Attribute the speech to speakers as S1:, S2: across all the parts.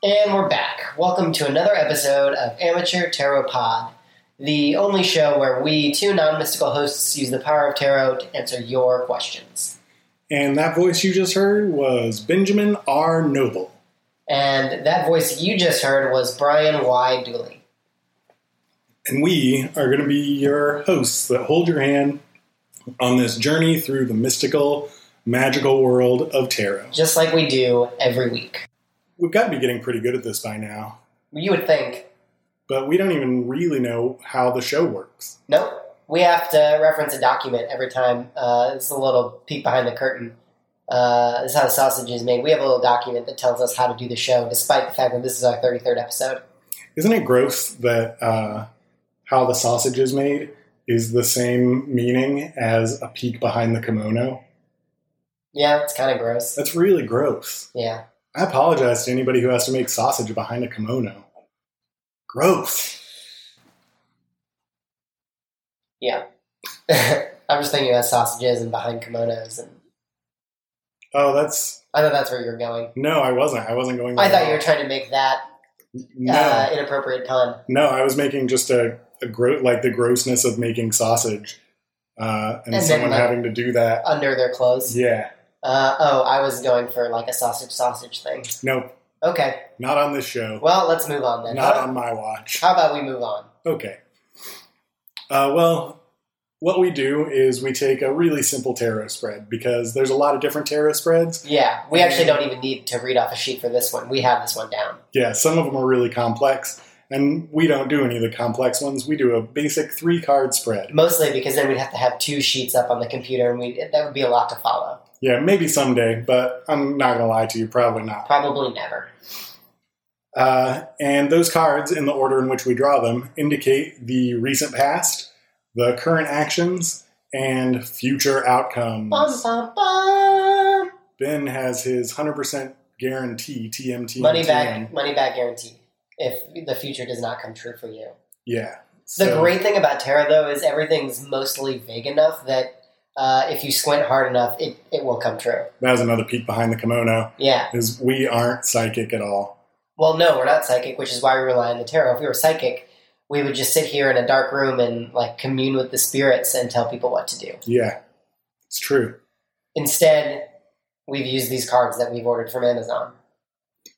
S1: And we're back. Welcome to another episode of Amateur Tarot Pod, the only show where we, two non mystical hosts, use the power of tarot to answer your questions.
S2: And that voice you just heard was Benjamin R. Noble.
S1: And that voice you just heard was Brian Y. Dooley.
S2: And we are going to be your hosts that hold your hand on this journey through the mystical, magical world of tarot.
S1: Just like we do every week.
S2: We've got to be getting pretty good at this by now,
S1: You would think,
S2: but we don't even really know how the show works.
S1: nope, we have to reference a document every time. Uh, it's a little peek behind the curtain. Uh, this is how the sausage is made. We have a little document that tells us how to do the show, despite the fact that this is our 33rd episode.
S2: Isn't it gross that uh, how the sausage is made is the same meaning as a peek behind the kimono?
S1: Yeah, it's kind of gross.
S2: That's really gross.
S1: Yeah.
S2: I apologize to anybody who has to make sausage behind a kimono. Gross.
S1: Yeah. I'm just thinking about sausages and behind kimonos, and
S2: Oh, that's
S1: I thought that's where you were going.
S2: no, I wasn't. I wasn't going.
S1: I
S2: there.
S1: thought you were trying to make that
S2: No,
S1: uh, inappropriate pun.
S2: no, I was making just a, a gro- like the grossness of making sausage, uh, and,
S1: And then,
S2: someone
S1: like-
S2: having to do that.
S1: Under their clothes.
S2: Yeah,
S1: Uh, oh, I was going for like a sausage sausage thing.
S2: no,
S1: Okay,
S2: not on this show.
S1: well, let's move on then.
S2: Not
S1: how,
S2: on my watch.
S1: how about we move on?
S2: Okay. Uh, well, what we do is we take a really simple tarot spread because there's a lot of different tarot spreads.
S1: Yeah, we actually don't even need to read off a sheet for this one. We have this one down.
S2: Yeah, some of them are really complex, and we don't do any of the complex ones. We do a basic three card spread.
S1: Mostly because then we'd have to have two sheets up on the computer, and we that would be a lot to follow.
S2: Yeah, maybe someday, but I'm not gonna lie to you, probably not.
S1: Probably never.
S2: Uh, and those cards, in the order in which we draw them, indicate the recent past, the current actions, and future outcomes.
S1: Bum, bum, bum.
S2: Ben has his 100% guarantee TMT.
S1: money
S2: TM.
S1: back money back guarantee if the future does not come true for you
S2: Yeah.
S1: the
S2: So-
S1: great thing about tarot though is everything's mostly vague enough that uh, if you squint hard enough it, it will come true
S2: That was another peek behind the kimono.
S1: yeah
S2: Is we aren't psychic at all.
S1: well no we're not psychic which is why we rely on the tarot if we were psychic we would just sit here in a dark room and like commune with the spirits and tell people what to do
S2: Yeah, it's true.
S1: instead we've used these cards that we've ordered from amazon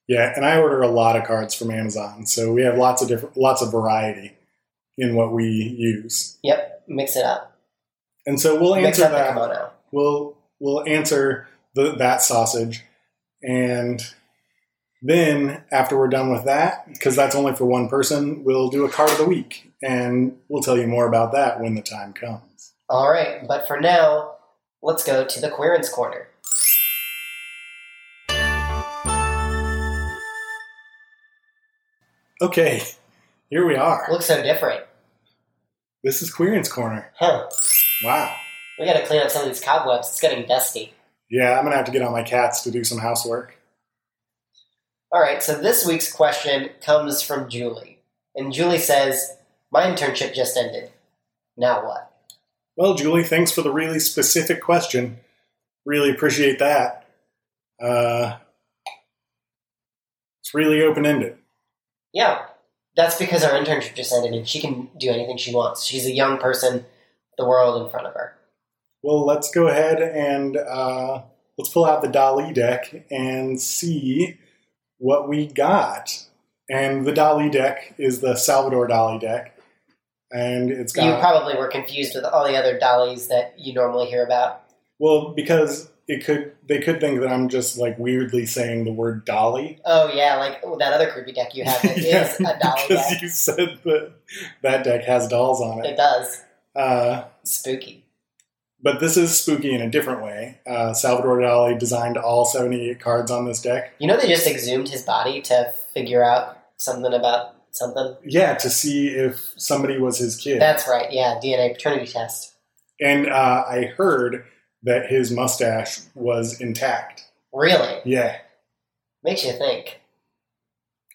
S2: Yeah, and I order a lot of cards from Amazon, so we have lots of different, lots of variety in what we use.
S1: yep mix it up
S2: And so we'll
S1: mix
S2: answer
S1: up
S2: that.
S1: the kimono
S2: We'll we'll answer the, that sausage, and then after we're done with that, because that's only for one person, we'll do a card of the week, and we'll tell you more about that when the time comes.
S1: all right but for now let's go to the querence corner
S2: Okay, here we are.
S1: looks so different
S2: This is Queerance Corner.
S1: huh
S2: Wow.
S1: We gotta clean up some of these cobwebs. It's getting dusty.
S2: Yeah, I'm gonna have to get on my cats to do some housework.
S1: All right, so this week's question comes from Julie. And Julie says, My internship just ended. Now what?
S2: Well, Julie, thanks for the really specific question. Really appreciate that. Uh, it's really open ended.
S1: Yeah, that's because our internship just ended and she can do anything she wants. She's a young person, the world in front of her.
S2: Well, let's go ahead and uh, let's pull out the Dali deck and see what we got. And the Dali deck is the Salvador Dali deck, and it's got
S1: You probably were confused with all the other dollies that you normally hear about.
S2: well because it could they could think that I'm just like weirdly saying the word Dali.
S1: Oh, yeah, like that other creepy deck you have that is
S2: Yeah,
S1: a dolly
S2: because
S1: deck.
S2: you said that that deck has dolls on it.
S1: It does.
S2: Uh,
S1: Spooky.
S2: but this is spooky in a different way. Uh, Salvador Dali designed all 78 cards on this deck.
S1: You know they just exhumed his body to figure out something about something?
S2: Yeah, to see if somebody was his kid.
S1: That's right, yeah, DNA paternity test.
S2: and uh, I heard that his mustache was intact.
S1: Really?
S2: Yeah,
S1: Makes you think.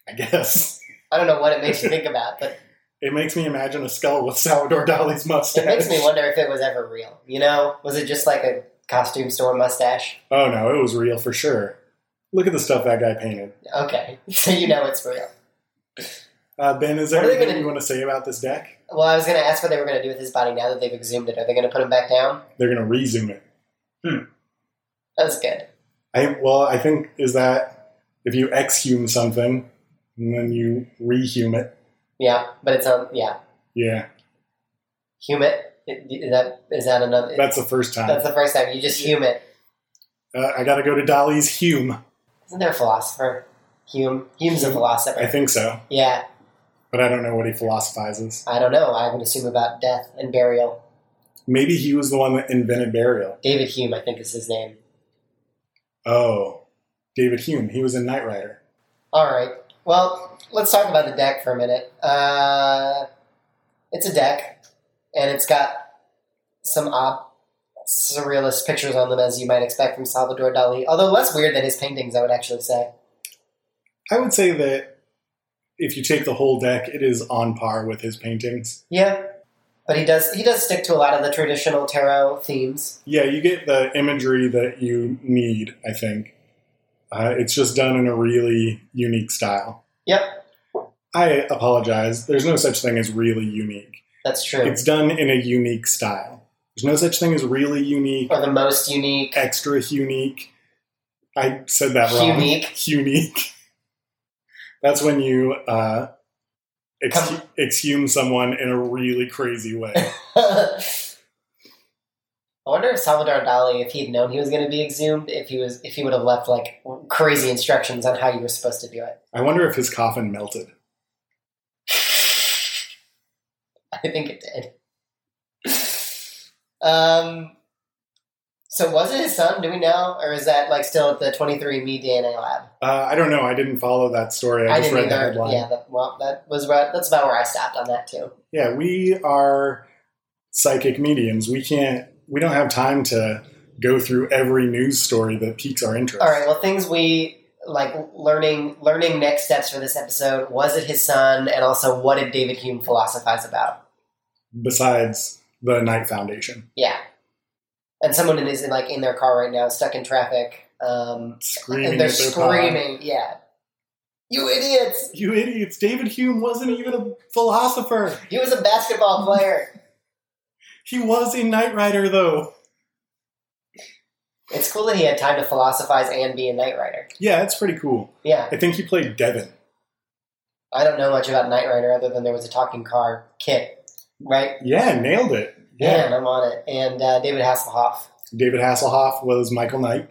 S2: I guess.
S1: I don't know what it makes you think about, but
S2: It makes me imagine a skull with Salvador Dali's mustache.
S1: it makes me wonder if it was ever real. You know? Was it just like a costume store mustache?
S2: Oh no, it was real for sure. Look at the stuff that guy painted.
S1: Okay, so you know it's real.
S2: Uh, ben, is there
S1: What are they
S2: anything
S1: gonna-
S2: you want to say about this deck?
S1: Well, I was going to ask what they were going to do with his body now that they've exhumed it. Are they going to put him back down?
S2: They're going to resume it.
S1: That's good.
S2: I well, I think is that if you exhume something and then you rehume it,
S1: Yeah, but it's on. Yeah,
S2: yeah,
S1: hume it. Is that is that another?
S2: that's the first time.
S1: that's the first time you just hume it.
S2: Uh, I got to go to Dali's Hume.
S1: Isn't there a philosopher? Hume. Hume's a
S2: Hume,
S1: philosopher.
S2: I think so,
S1: yeah,
S2: but I don't know what he philosophizes.
S1: I don't know. I would assume about death and burial.
S2: Maybe he was the one that invented burial.
S1: David Hume, I think, is his name.
S2: Oh, David Hume. He was in Knight Rider.
S1: All right. Well, let's talk about the deck for a minute. Uh, it's a deck, and it's got some odd surrealist pictures on them, as you might expect from Salvador Dali. Although less weird than his paintings, I would actually say.
S2: I would say that if you take the whole deck, it is on par with his paintings.
S1: Yeah, but he does he does stick to a lot of the traditional tarot themes.
S2: Yeah, you get the imagery that you need, I think. Uh, it's just done in a really unique style.
S1: Yep,
S2: I apologize. There's no such thing as really unique.
S1: that's true.
S2: It's done in a unique style. There's no such thing as really unique,
S1: or the most unique,
S2: extra unique. I said that wrong.
S1: unique.
S2: Unique. That's when you uh, ex-
S1: Come-
S2: exhume someone in a really crazy way.
S1: I wonder if Salvador Dali, if he'd known he was going to be exhumed, if he was, if he would have left like crazy instructions on how you were supposed to do it.
S2: I wonder if his coffin melted.
S1: I think it did. Um, so was it his son? Do we know, or is that like still at the twenty three me DNA lab?
S2: Uh, I don't know. I didn't follow that story. I, just read the headline.
S1: Yeah, that, well, that was right. That's about where I stopped on that too.
S2: yeah, we are psychic mediums. We can't. We don't have time to go through every news story that piques our interest.
S1: All right. Well, things we like learning learning next steps for this episode. Was it his son, and also what did David Hume philosophize about?
S2: Besides the Knight Foundation,
S1: Yeah. And someone is in, like in their car right now, stuck in traffic, um,
S2: screaming,
S1: and they're
S2: at their pod,
S1: screaming. Yeah, you idiots!
S2: You idiots! David Hume wasn't even a philosopher.
S1: He was a basketball player.
S2: He was in Knight Rider, though.
S1: it's cool that he had time to philosophize and be a Knight Rider.
S2: Yeah, it's pretty cool.
S1: Yeah,
S2: I think he played Devin.
S1: I don't know much about Knight Rider other than there was a talking car kit, right?
S2: Yeah, nailed it.
S1: Man, I'm on it. And uh, David Hasselhoff.
S2: David Hasselhoff was Michael Knight,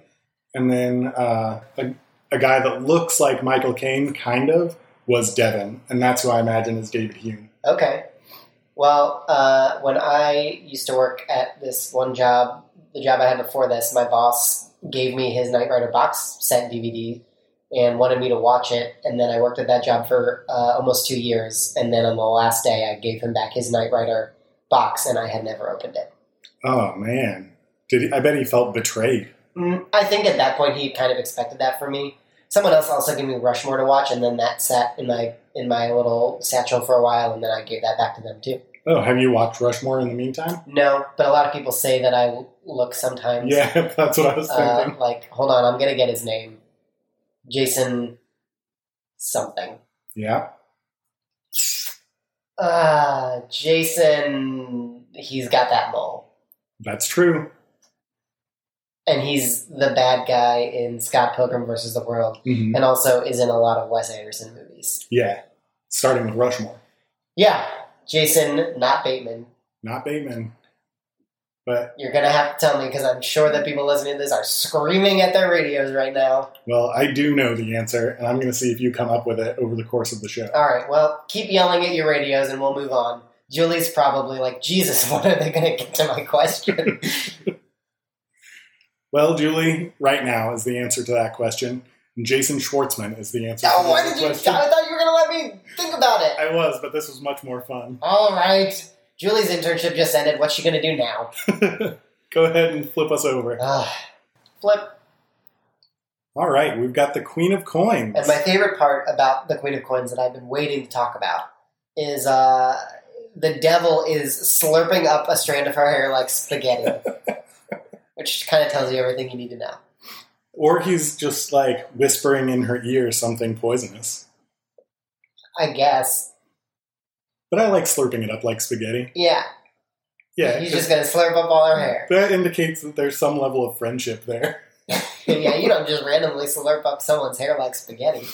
S2: and then uh, a, a guy that looks like Michael Caine, kind of, was Devin, and that's who I imagine is David Hume.
S1: Okay. Well, uh, when I used to work at this one job, the job I had before this, my boss gave me his Knight Rider box set DVD and wanted me to watch it. And then I worked at that job for uh, almost two years. And then on the last day, I gave him back his Knight Rider box, and I had never opened it.
S2: Oh man, did he, I bet he felt betrayed?
S1: Mm, I think at that point he kind of expected that from me. Someone else also gave me Rushmore to watch, and then that sat in my in my little satchel for a while, and then I gave that back to them too.
S2: Oh, have you watched Rushmore in the meantime?
S1: No, but a lot of people say that I look sometimes.
S2: Yeah, that's what I was
S1: Uh,
S2: thinking.
S1: like, hold on, I'm gonna get his name. Jason something.
S2: yeah,
S1: Uh Jason he's got that mole.
S2: that's true.
S1: And he's the bad guy in Scott Pilgrim versus the World,
S2: Mhm.
S1: and also is in a lot of Wes Anderson movies.
S2: Yeah, starting with Rushmore,
S1: Yeah, Jason, not Bateman.
S2: not Bateman, but
S1: You're gonna have to tell me because I'm sure that people listening to this are screaming at their radios right now.
S2: well, I do know the answer, and I'm going to see if you come up with it over the course of the show.
S1: All right, well, keep yelling at your radios and we'll move on. Julie's probably like, Jesus, when are they going to get to my question?
S2: Well, Julie, right now is the answer to that question. And Jason Schwartzman is the answer
S1: oh,
S2: to
S1: why
S2: that
S1: did you? I
S2: question.
S1: thought you were going to let me think about it.
S2: I was, but this was much more fun.
S1: All right. Julie's internship just ended. What's she going to do now?
S2: Go ahead and flip us over.
S1: Ugh. Flip.
S2: All right, we've got the Queen of Coins.
S1: And my favorite part about the Queen of Coins that I've been waiting to talk about is uh, the devil is slurping up a strand of her hair like spaghetti, which kind of tells you everything you need to know.
S2: Or he's just like whispering in her ear something poisonous.
S1: I guess.
S2: But I like slurping it up like spaghetti.
S1: Yeah.
S2: Yeah,
S1: He's
S2: 'cause
S1: just going to slurp up all her hair.
S2: that indicates that there's some level of friendship there.
S1: yeah, you don't just randomly slurp up someone's hair like spaghetti.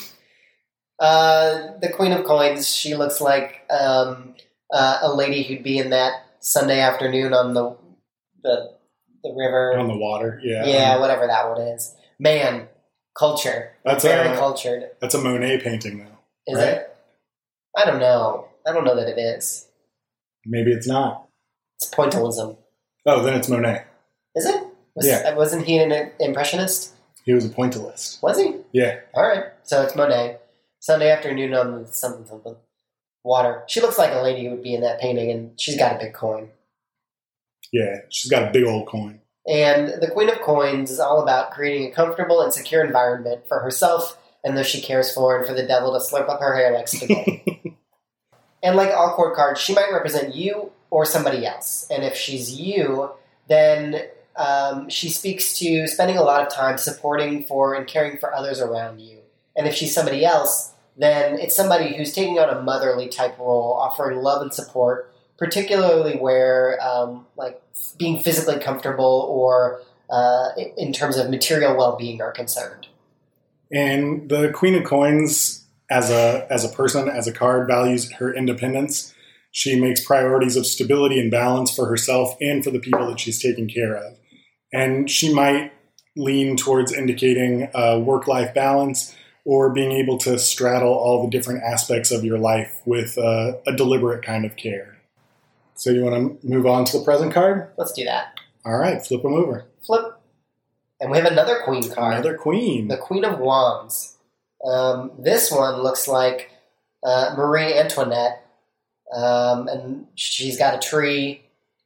S1: Uh, the Queen of Coins, she looks like um, uh, a lady who'd be in that Sunday afternoon on the the, the river.
S2: On the water, yeah.
S1: Yeah, whatever that one is. Man, culture.
S2: That's
S1: Very
S2: a,
S1: cultured.
S2: that's a Monet painting, though.
S1: Is
S2: right?
S1: it? I don't know. I don't know that it is.
S2: Maybe it's not.
S1: It's pointillism.
S2: Oh, then it's Monet.
S1: Is it? Was,
S2: Yeah.
S1: Wasn't he an impressionist?
S2: He was a pointillist.
S1: Was he?
S2: Yeah.
S1: All right. So it's Monet. Sunday afternoon on the something something water. She looks like a lady who would be in that painting, and she's got a big coin.
S2: Yeah, she's got a big old coin.
S1: And the Queen of Coins is all about creating a comfortable and secure environment for herself and those she cares for, and for the devil to slurp up her hair like spaghetti. and like all court cards, she might represent you or somebody else. And if she's you, then um, she speaks to spending a lot of time supporting for and caring for others around you. And if she's somebody else, then it's somebody who's taking on a motherly type role, offering love and support particularly where um, like being physically comfortable or uh, in- in terms of material well-being are concerned.
S2: And the Queen of Coins, as a as a person, as a card, values her independence. She makes priorities of stability and balance for herself and for the people that she's taking care of. And she might lean towards indicating uh, work life balance or being able to straddle all the different aspects of your life with uh, a deliberate kind of care. So, you want to move on to the present card?
S1: Let's do that.
S2: All right, flip them over.
S1: Flip, and we have another queen card,
S2: Another queen.
S1: the Queen of Wands. Um, this one looks like uh, Marie Antoinette, um, and she's got a tree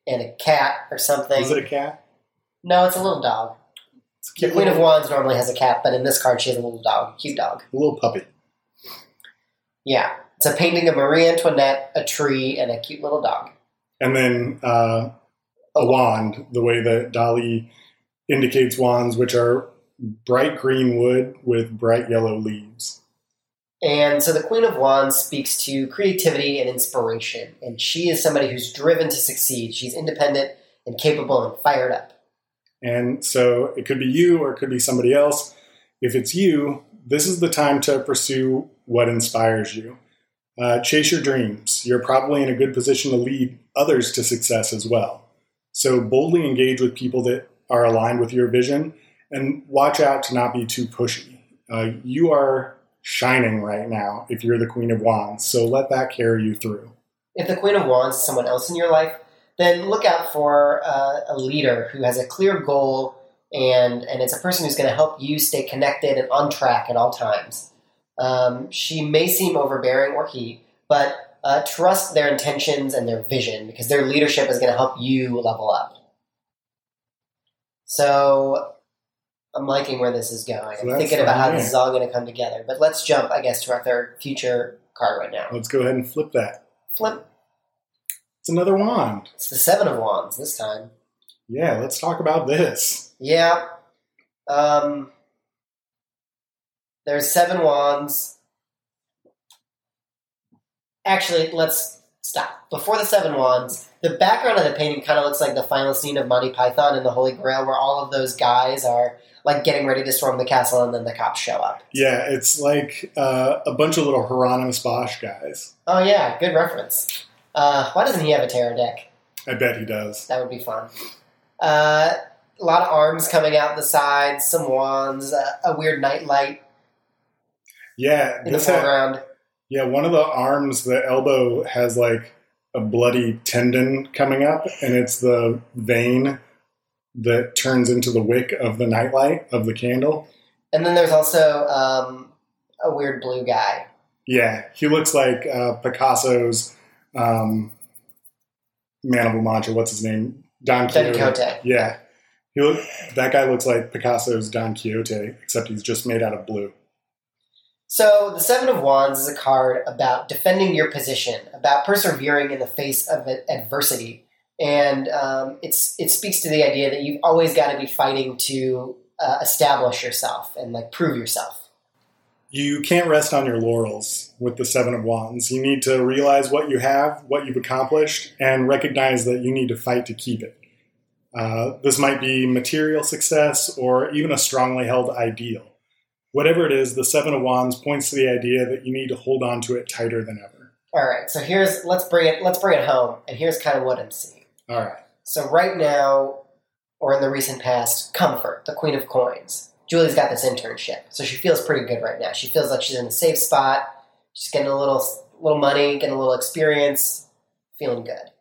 S1: and a cat or something.
S2: Is it a cat?
S1: no, it's a little dog.
S2: It's a
S1: The
S2: cute
S1: Queen of
S2: little-
S1: Wands normally has a cat, but in this card she has a little dog, cute dog.
S2: little puppy.
S1: Yeah. It's a painting of Marie Antoinette, a tree, and a cute little dog.
S2: and then uh, a wand, the way that Dali indicates wands, which are bright green wood with bright yellow leaves.
S1: And so the Queen of Wands speaks to creativity and inspiration. And she is somebody who's driven to succeed. She's independent and capable and fired up.
S2: And so it could be you or it could be somebody else. If it's you, this is the time to pursue what inspires you. Uh, chase your dreams. You're probably in a good position to lead others to success as well. So boldly engage with people that are aligned with your vision and watch out to not be too pushy. Uh, you are shining right now if you're the Queen of Wands, so let that carry you through.
S1: If the Queen of Wands is someone else in your life, then look out for uh, a leader who has a clear goal and, and it's a person who's going to help you stay connected and on track at all times. Um, she may seem overbearing or he, but uh, trust their intentions and their vision because their leadership is going to help you level up. So I'm liking where this is going.
S2: So
S1: I'm
S2: that's
S1: thinking about how
S2: fine.
S1: this is all going to come together. But let's jump, I guess, to our third future card right now.
S2: Let's go ahead and flip that.
S1: Flip.
S2: It's another wand.
S1: It's the Seven of Wands this time.
S2: Yeah, let's talk about this.
S1: Yeah. Um, there's seven wands. Actually, let's stop. Before the seven wands, the background of the painting kind of looks like the final scene of Monty Python and the Holy Grail, where all of those guys are like getting ready to storm the castle, and then the cops show up.
S2: Yeah, it's like uh, a bunch of little Hieronymus Bosch guys.
S1: Oh yeah, good reference. Uh, why doesn't he have a tarot deck?
S2: I bet he does.
S1: That would be fun. Uh, a lot of arms coming out the sides, some wands, a, a weird nightlight
S2: Yeah,
S1: in the
S2: this ha-
S1: foreground.
S2: yeah, one of the arms, the elbow has like a bloody tendon coming up, and it's the vein that turns into the wick of the nightlight of the candle.
S1: And then there's also um, a weird blue guy.
S2: Yeah, he looks like uh, Picasso's um, Man of La Mancha. What's his name? Don
S1: Don
S2: Quixote.
S1: Quixote.
S2: Yeah, he look, that guy looks like Picasso's Don Quixote, except he's just made out of blue.
S1: So the Seven of Wands is a card about defending your position, about persevering in the face of a- adversity, and um, it's it speaks to the idea that you've always got to be fighting to uh, establish yourself and like prove yourself.
S2: you can't rest on your laurels with the Seven of Wands. You need to realize what you have, what you've accomplished, and recognize that you need to fight to keep it. Uh, this might be material success or even a strongly held ideal. Whatever it is, the Seven of Wands points to the idea that you need to hold on to it tighter than ever.
S1: All right, so here's let's bring it let's bring it home, and here's kind of what I'm seeing.
S2: All right.
S1: So right now, or in the recent past, Comfort, the Queen of Coins. Julie's got this internship, so she feels pretty good right now. She feels like she's in a safe spot. She's getting a little little money, getting a little experience, feeling good.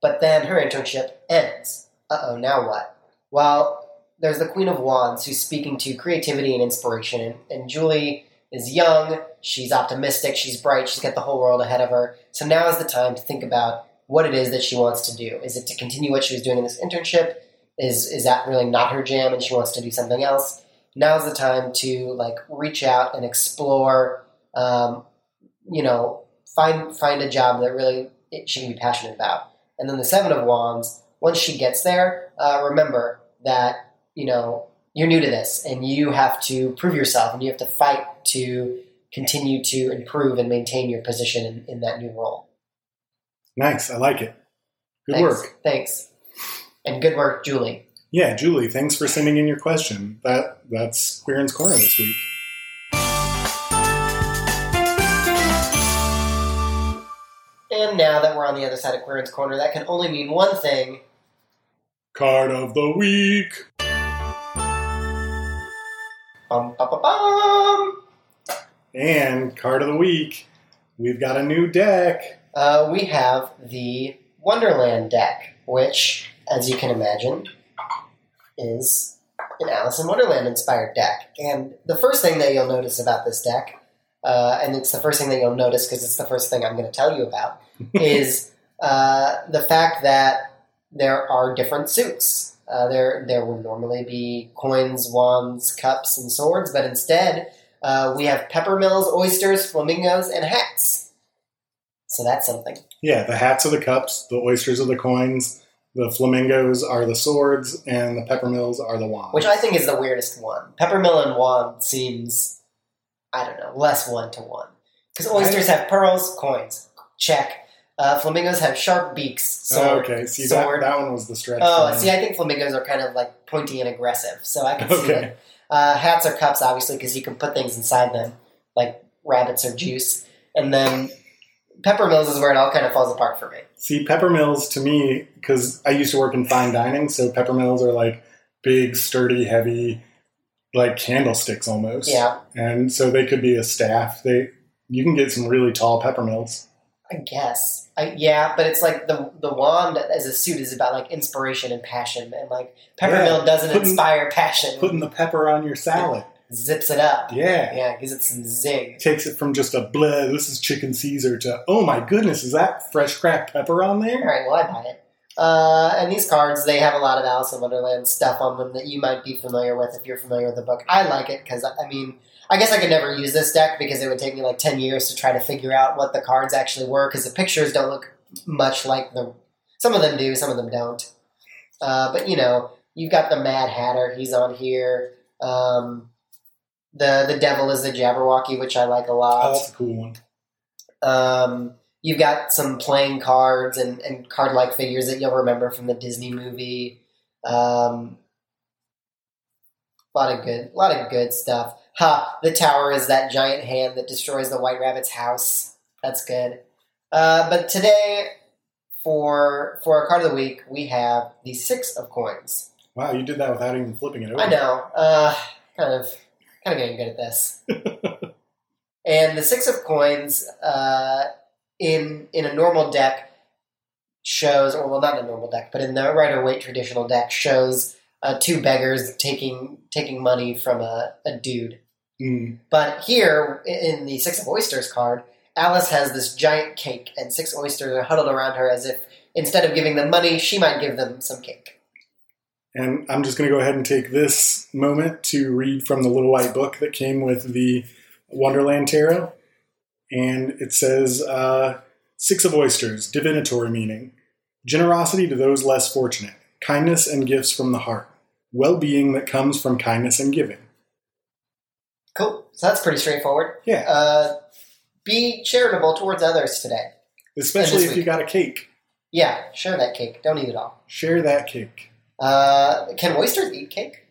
S1: But then her internship ends. Uh oh, now what? Well, there's the Queen of Wands who's speaking to creativity and inspiration, and Julie is young, she's optimistic, she's bright, she's got the whole world ahead of her. So now is the time to think about what it is that she wants to do. Is it to continue what she was doing in this internship? Is is that really not her jam and she wants to do something else? Now's the time to like reach out and explore. Um, you know, find find a job that really it, she can be passionate about. And then the Seven of Wands. Once she gets there, uh, remember that you know you're new to this and you have to prove yourself and you have to fight to continue to improve and maintain your position in, in that new role.
S2: Nice. I like it. Good
S1: Thanks.
S2: work.
S1: Thanks. And good work, Julie.
S2: Yeah, Julie, thanks for sending in your question. That that's Queerin's Corner this week.
S1: And now that we're on the other side of Queerin's Corner, that can only mean one thing.
S2: Card of the week.
S1: Bum, bum, bum, bum.
S2: And card of the week. We've got a new deck.
S1: Uh, we have the Wonderland deck, which, as you can imagine, is an Alice in Wonderland inspired deck. And the first thing that you'll notice about this deck, uh, and it's the first thing that you'll notice because it's the first thing I'm going to tell you about, is uh, the fact that there are different suits. Uh, there, there would normally be coins, wands, cups, and swords, but instead uh, we have peppermills, oysters, flamingos, and hats. So that's something.
S2: Yeah, the hats are the cups, the oysters are the coins, the flamingos are the swords, and the peppermills are the wands.
S1: which I think is the weirdest one. Peppermill and wand seems, I don't know, less one to one. Because oysters have pearls, coins, check. Uh, flamingos have sharp beaks,
S2: oh,
S1: sword.
S2: okay. See
S1: sword.
S2: that that one was the stretch.
S1: Oh,
S2: one.
S1: see, I think flamingos are kind of like pointy and aggressive, so I can see
S2: Okay.
S1: it. Uh, hats are cups, obviously, because you can put things inside them, like rabbits or juice. And then peppermills is where it all kind of falls apart for me.
S2: See, peppermills to me, because I used to work in fine dining, so peppermills are like big, sturdy, heavy, like candlesticks almost.
S1: Yeah,
S2: And so they could be a staff. They you can get some really tall peppermills.
S1: I guess. I, yeah, but it's like the the wand as a suit is about like inspiration and passion, and like peppermill
S2: Yeah,
S1: doesn't
S2: putting-
S1: inspire passion.
S2: Putting the pepper on your salad.
S1: zips it up.
S2: Yeah.
S1: Yeah, gives it some zing.
S2: Takes it from just a bleh, this is chicken Caesar to oh my goodness, is that fresh cracked pepper on there?
S1: All right, well I buy it. Uh, and these cards, they have a lot of Alice in Wonderland stuff on them that you might be familiar with if you're familiar with the book. I like it because I mean, I guess I could never use this deck because it would take me like ten years to try to figure out what the cards actually were because the pictures don't look much like the. Some of them do, some of them don't. Uh, but you know, you've got the Mad Hatter. He's on here. Um, the the Devil is the Jabberwocky, which I like a lot.
S2: Oh, that's a cool one.
S1: Um, you've got some playing cards and, and card like figures that you'll remember from the Disney movie. Um, a lot of good, lot of good stuff. Ha! The tower is that giant hand that destroys the White Rabbit's house. That's good. Uh, but today, for for our card of the week, we have the Six of Coins.
S2: Wow, you did that without even flipping it over.
S1: I know. Uh, kind of, kind of getting good at this. and the six of coins uh, in in a normal deck shows, or well, not a normal deck, but in the Rider Waite traditional deck, shows uh, two beggars taking taking money from a, a dude.
S2: Mm.
S1: But here in the Six of Oysters card, Alice has this giant cake, and six oysters are huddled around her as if instead of giving them money, she might give them some cake.
S2: And I'm just going to go ahead and take this moment to read from the little white book that came with the Wonderland Tarot. And it says uh, Six of Oysters, divinatory meaning. Generosity to those less fortunate, kindness and gifts from the heart, well being that comes from kindness and giving.
S1: Cool. So that's pretty straightforward.
S2: Yeah,
S1: Uh, be charitable towards others today.
S2: especially
S1: this
S2: if
S1: week.
S2: you got a cake.
S1: Yeah, share that cake. Don't eat it all.
S2: Share that cake.
S1: Uh, can oysters eat cake?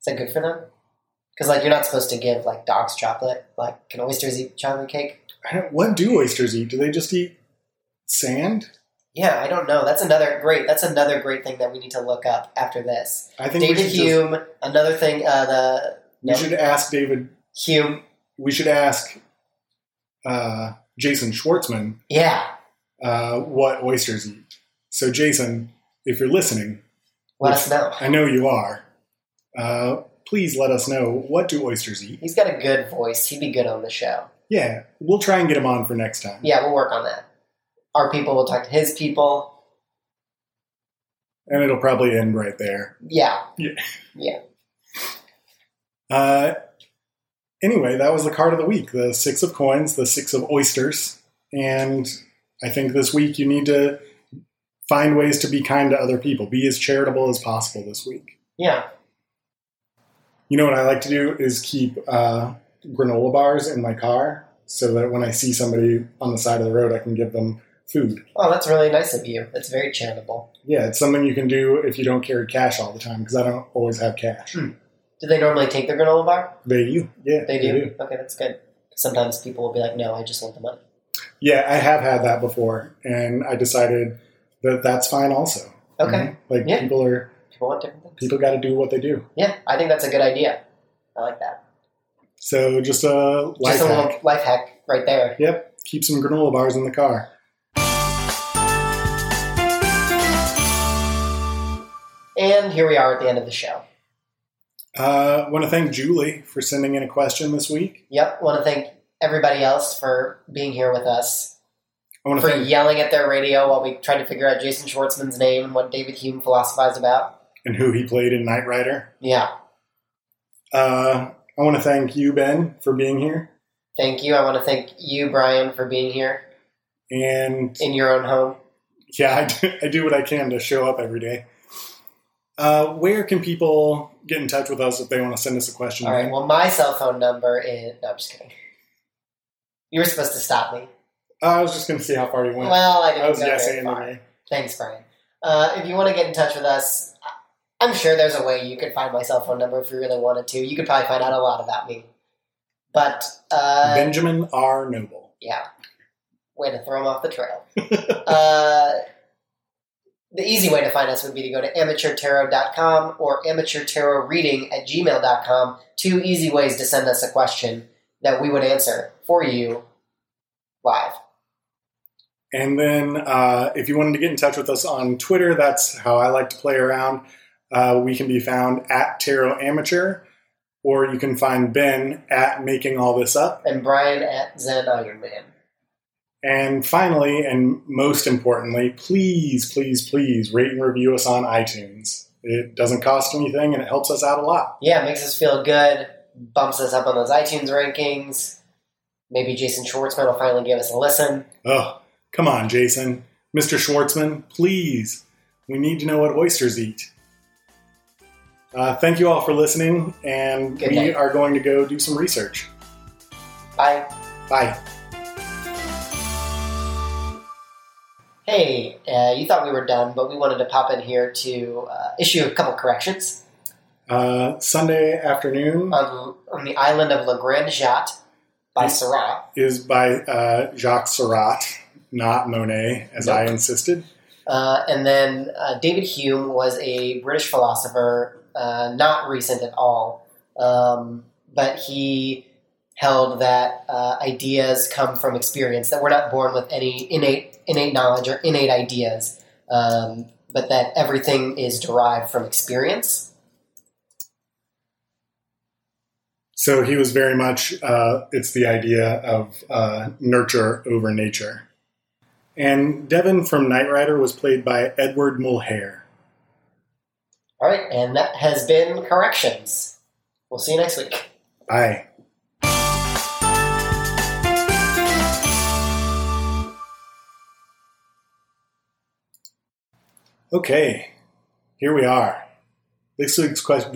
S1: Is that good for them? Because like you're not supposed to give like dogs chocolate. Like, can oysters eat chocolate cake?
S2: I don't- What do oysters eat? Do they just eat sand?
S1: Yeah, I don't know. That's another great. That's another great thing that we need to look up after this.
S2: I think
S1: David
S2: we, should just-
S1: Hume. Another thing. Uh, the
S2: we should ask David.
S1: Hume.
S2: We should ask uh, Jason Schwartzman
S1: Yeah.
S2: uh, what oysters eat. So, Jason, if you're listening,
S1: Let
S2: Which-
S1: us know.
S2: I know you are. Uh, please let us know what do oysters eat.
S1: He's got a good voice. He'd be good on the show.
S2: Yeah, we'll try and get him on for next time.
S1: Yeah, we'll work on that. Our people will talk to his people.
S2: and it'll probably end right there.
S1: Yeah.
S2: Uh, anyway, that was the card of the week the six of coins, the six of oysters. And I think this week you need to find ways to be kind to other people, be as charitable as possible this week.
S1: Yeah.
S2: You know what I like to do is keep uh, granola bars in my car so that when I see somebody on the side of the road, I can give them food.
S1: Oh, that's really nice of you. That's very charitable.
S2: Yeah, it's something you can do if you don't carry cash all the time because I don't always have cash.
S1: Do they normally take their granola bar?
S2: They do. Yeah,
S1: They do. Okay, that's good. Sometimes people will be like, "No, I just want the money."
S2: Yeah, I have had that before, and I decided that that's fine. Also,
S1: Okay,
S2: You know, like
S1: Yeah.
S2: people are
S1: people want different things.
S2: Mm-hmm. people got to do what they do.
S1: Yeah, I think that's a good idea. I like that.
S2: So just a life
S1: just a
S2: hack.
S1: little life hack right there.
S2: Yep, keep some granola bars in the car.
S1: And here we are at the end of the show.
S2: Uh, want to thank Julie for sending in a question this week.
S1: Yep. Want to thank everybody else for being here with us,
S2: I want to
S1: for
S2: thank
S1: yelling at their radio while we tried to figure out Jason Schwartzman's name and what David Hume philosophized about.
S2: and who he played in Knight Rider.
S1: Yeah.
S2: Uh, I want to thank you, Ben, for being here.
S1: Thank you. I want to thank you, Brian, for being here
S2: And
S1: in your own home.
S2: yeah, I do, I do what I can to show up every day. Uh, where can people get in touch with us if they want to send us a question?
S1: All right. Well, my cell phone number is. No, I'm just kidding. You were supposed to stop me.
S2: Uh, I was just going to see how far you went.
S1: Well, I didn't
S2: I was
S1: go
S2: guessing
S1: very far.
S2: anyway.
S1: Thanks, Brian. Uh, if you want to get in touch with us, I- I'm sure there's a way you could find my cell phone number if you really wanted to. You could probably find out a lot about me. But uh,
S2: Benjamin R. Noble.
S1: Yeah. Way to throw them off the trail. uh, the easy way to find us would be to go to amateurtarot.com or amateurtarotreading at gmail.com. Two easy ways to send us a question that we would answer for you live.
S2: And then uh, if you wanted to get in touch with us on Twitter, that's how I like to play around. Uh, we can be found at Tarot Amateur, or you can find Ben at Making All This Up.
S1: And Brian at Zen Iron Man.
S2: And finally, and most importantly, please, please, please rate and review us on iTunes. It doesn't cost anything and it helps us out a lot.
S1: Yeah, makes us feel good, bumps us up on those iTunes rankings. Maybe Jason Schwartzman will finally give us a listen.
S2: Oh, come on, Jason. Mr. Schwartzman, please. We need to know what oysters eat. Uh, thank you all for listening, and
S1: Good
S2: we
S1: night.
S2: are going to go do some research.
S1: Bye.
S2: Bye.
S1: Hey, uh, you thought we were done, but we wanted to pop in here to uh, issue a couple corrections.
S2: Uh, Sunday afternoon
S1: On, on the island of La Grande Jatte by
S2: Mm.
S1: Seurat,
S2: is by uh, Jacques Serrat, not Monet, as I
S1: Nope.
S2: insisted.
S1: uh, and then uh, David Hume was a British philosopher, uh, not recent at all, um, but he held that uh, ideas come from experience, that we're not born with any innate innate knowledge or innate ideas, um, but that everything is derived from experience.
S2: So he was very much, uh, it's the idea of uh, nurture over nature. And Devin from Knight Rider was played by Edward Mulhare.
S1: All right, and that has been corrections. We'll see you next week.
S2: Bye. Okay, here we are. This week's question.